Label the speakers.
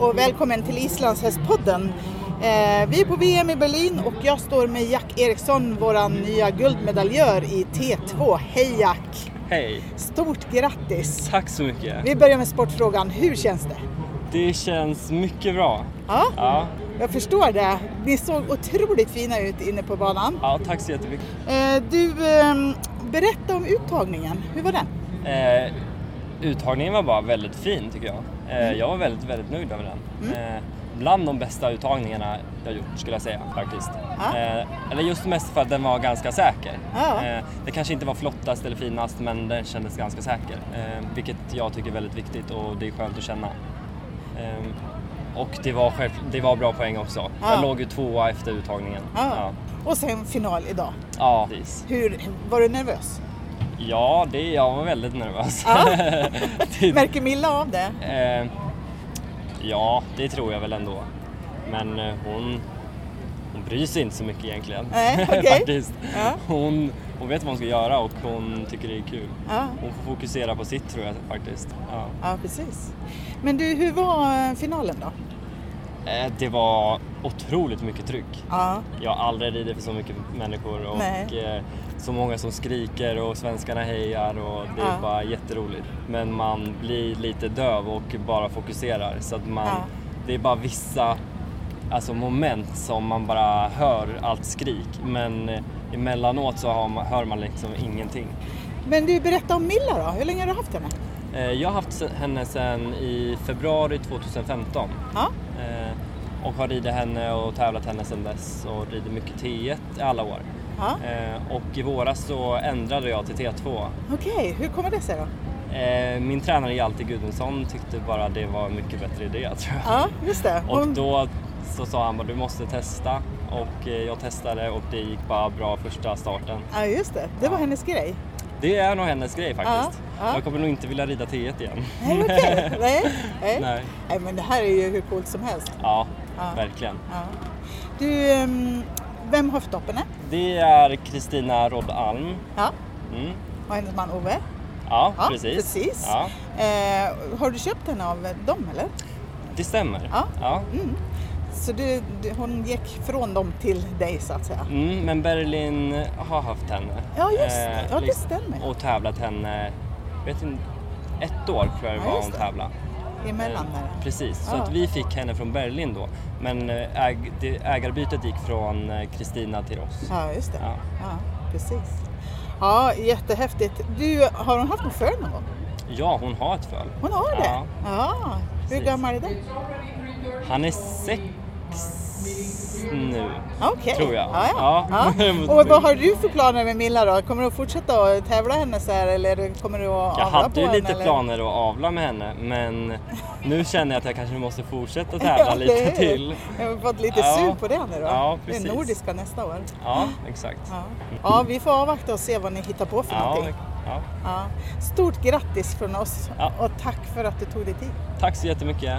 Speaker 1: och välkommen till Islandshästpodden. Eh, vi är på VM i Berlin och jag står med Jack Eriksson, våran nya guldmedaljör i T2. Hej Jack!
Speaker 2: Hej!
Speaker 1: Stort grattis!
Speaker 2: Tack så mycket!
Speaker 1: Vi börjar med sportfrågan, hur känns det?
Speaker 2: Det känns mycket bra.
Speaker 1: Ja,
Speaker 2: Ja,
Speaker 1: jag förstår det. Ni såg otroligt fina ut inne på banan.
Speaker 2: ja tack så jättemycket.
Speaker 1: Eh, du, ehm, berätta om uttagningen. Hur var den?
Speaker 2: Eh, uttagningen var bara väldigt fin tycker jag.
Speaker 1: Mm.
Speaker 2: Eh, jag var väldigt, väldigt nöjd över den. Eh, bland de bästa uttagningarna jag gjort skulle jag säga faktiskt.
Speaker 1: Ja.
Speaker 2: Eh, eller just mest för att den var ganska säker.
Speaker 1: Ja.
Speaker 2: Eh, det kanske inte var flottast eller finast men den kändes ganska säker. Eh, vilket jag tycker är väldigt viktigt och det är skönt att känna. Eh, och det var, själv, det var bra poäng också.
Speaker 1: Ja.
Speaker 2: Jag låg ju tvåa efter uttagningen.
Speaker 1: Ja.
Speaker 2: Ja.
Speaker 1: Och sen final idag.
Speaker 2: Ja, precis.
Speaker 1: Hur, var du nervös?
Speaker 2: Ja, det, jag var väldigt nervös.
Speaker 1: Ja.
Speaker 2: det,
Speaker 1: Märker Milla av det?
Speaker 2: eh, ja, det tror jag väl ändå. Men eh, hon, hon bryr sig inte så mycket egentligen.
Speaker 1: Nej, okej.
Speaker 2: Faktiskt.
Speaker 1: Ja.
Speaker 2: Hon, hon vet vad hon ska göra och hon tycker det är kul.
Speaker 1: Ja.
Speaker 2: Hon får fokusera på sitt tror jag faktiskt. Ja.
Speaker 1: Ja, precis. Men du, hur var eh, finalen då?
Speaker 2: Eh, det var otroligt mycket tryck.
Speaker 1: Ja,
Speaker 2: Jag har aldrig ridit för så mycket människor och
Speaker 1: Nej.
Speaker 2: eh, så många som skriker och svenskarna hejar och det
Speaker 1: Ja.
Speaker 2: är bara jätteroligt. Men man blir lite döv och bara fokuserar så att man,
Speaker 1: Ja.
Speaker 2: det är bara vissa alltså, moment som man bara hör allt skrik men eh, emellanåt så har man, hör man liksom ingenting.
Speaker 1: men du berätta om Milla då. Hur länge har du haft henne?
Speaker 2: Eh, jag har haft se- henne sedan i februari 2015
Speaker 1: Ja,
Speaker 2: eh, och har ridit henne och tävlat henne sedan dess och rider mycket T1 i alla år.
Speaker 1: ja.
Speaker 2: Eh, Och i våras så ändrade jag till T2.
Speaker 1: okej. Hur kommer det sig då?
Speaker 2: Eh, Min tränare Hjalte Gudmundsson tyckte bara det var en mycket bättre idé tror jag.
Speaker 1: Ja, just det.
Speaker 2: Och då så sa han bara du måste testa och eh, jag testade och det gick bara bra första starten.
Speaker 1: Ja, just det. Det var hennes grej.
Speaker 2: Det är nog hennes grej faktiskt.
Speaker 1: Ja, ja.
Speaker 2: Jag kommer nog inte vilja rida T1 igen.
Speaker 1: Nej, okej. Nej, nej.
Speaker 2: Nej.
Speaker 1: Nej, men det här är ju hur coolt som helst.
Speaker 2: Ja,
Speaker 1: Ja.
Speaker 2: verkligen.
Speaker 1: Ja. Du, ehm, vem har fått henne?
Speaker 2: Det är Kristina Rodd Alm.
Speaker 1: Ja,
Speaker 2: Mm.
Speaker 1: och hennes man Ove.
Speaker 2: Ja,
Speaker 1: Ja,
Speaker 2: precis.
Speaker 1: precis.
Speaker 2: Ja,
Speaker 1: Eh, har du köpt henne av dem eller?
Speaker 2: det stämmer.
Speaker 1: Ja.
Speaker 2: Ja.
Speaker 1: Mm. Så du, du, hon gick från dem till dig så att säga?
Speaker 2: Mm, men Berlin har haft henne.
Speaker 1: Ja, just det. Ja, det
Speaker 2: liksom,
Speaker 1: stämmer.
Speaker 2: Och tävlat henne, vet inte, ett år tror jag det
Speaker 1: Ja,
Speaker 2: var
Speaker 1: just
Speaker 2: hon
Speaker 1: det.
Speaker 2: tävlade.
Speaker 1: Emellan
Speaker 2: Eh,
Speaker 1: där?
Speaker 2: Precis, så
Speaker 1: Ja.
Speaker 2: att vi fick henne från Berlin då. Men eh, äg, det, ägarbytet gick från eh, Kristina till oss.
Speaker 1: Ja, just det. Ja.
Speaker 2: Ja.
Speaker 1: precis. Ja, jättehäftigt. Du, har hon haft en föl någon gång?
Speaker 2: Ja, hon har ett föl.
Speaker 1: Hon har det?
Speaker 2: Ja.
Speaker 1: Ja. Hur
Speaker 2: Precis.
Speaker 1: gammal är den?
Speaker 2: Han är sex nu.
Speaker 1: Okej.
Speaker 2: Tror jag.
Speaker 1: Ja, ja.
Speaker 2: Ja.
Speaker 1: Ja. Och vad har du för planer med Milla då? Kommer du att fortsätta att tävla henne så här eller kommer du att
Speaker 2: Jag
Speaker 1: avla
Speaker 2: hade
Speaker 1: på
Speaker 2: ju
Speaker 1: henne,
Speaker 2: lite
Speaker 1: eller?
Speaker 2: planer att avla med henne men nu känner jag att jag kanske måste fortsätta tävla
Speaker 1: eller
Speaker 2: lite
Speaker 1: hur?
Speaker 2: till.
Speaker 1: Jag har fått lite
Speaker 2: Ja.
Speaker 1: sug på det nu då.
Speaker 2: Ja,
Speaker 1: det
Speaker 2: precis.
Speaker 1: är Nordiska nästa år.
Speaker 2: Ja, exakt.
Speaker 1: Ja. ja, vi får avvakta och se vad ni hittar på för
Speaker 2: Ja,
Speaker 1: någonting.
Speaker 2: ja.
Speaker 1: Ja. Stort grattis från oss
Speaker 2: Ja.
Speaker 1: och tack för att du tog dig tid.
Speaker 2: Tack så jättemycket.